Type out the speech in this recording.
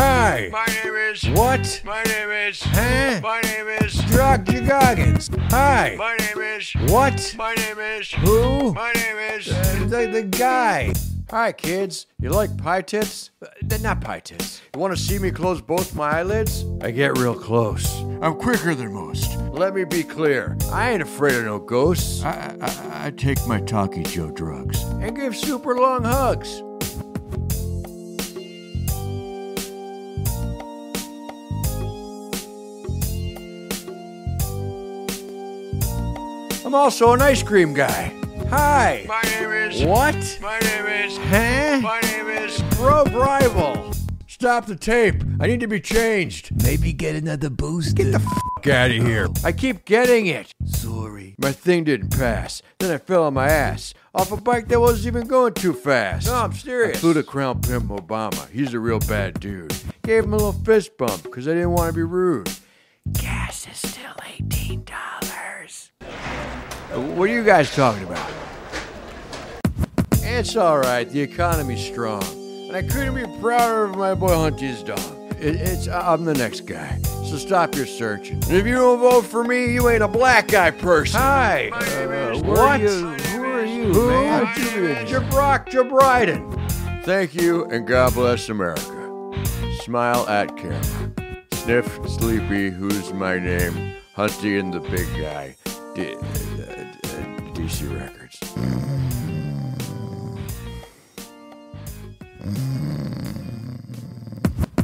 Hey, My name is. what? My name is. Huh? My name is. Drug your goggins. Hey, My name is. what? My name is. Who? My name is. The, the guy. Hi, kids. You like pie tits? Uh, They're not pie tits. You want to see me close both my eyelids? I get real close. I'm quicker than most. Let me be clear. I ain't afraid of no ghosts. I, I, I take my Taki Joe drugs and give super long hugs. I'm also an ice cream guy. Hi. My name is. What? My name is. Huh? My name is. Rogue rival. Stop the tape. I need to be changed. Maybe get another booster. Get the f- Get out of here. I keep getting it. Sorry. My thing didn't pass. Then I fell on my ass. Off a bike that wasn't even going too fast. No, I'm serious. I flew to Crown Pimp Obama. He's a real bad dude. Gave him a little fist bump because I didn't want to be rude. Gas is still $18. Uh, What are you guys talking about? It's all right. The economy's strong, and I couldn't be prouder of my boy Hunty's dog. It, it's I'm the next guy, so stop your searching. And if you don't vote for me, you ain't a black guy person. Hi. Uh, what? Who are you, Who? man? Jabrock Jabriden. Thank you, and God bless America. Smile at camera. Sniff Sleepy, who's my name? Hunty and the Big Guy. D- uh, d- uh, DC Records.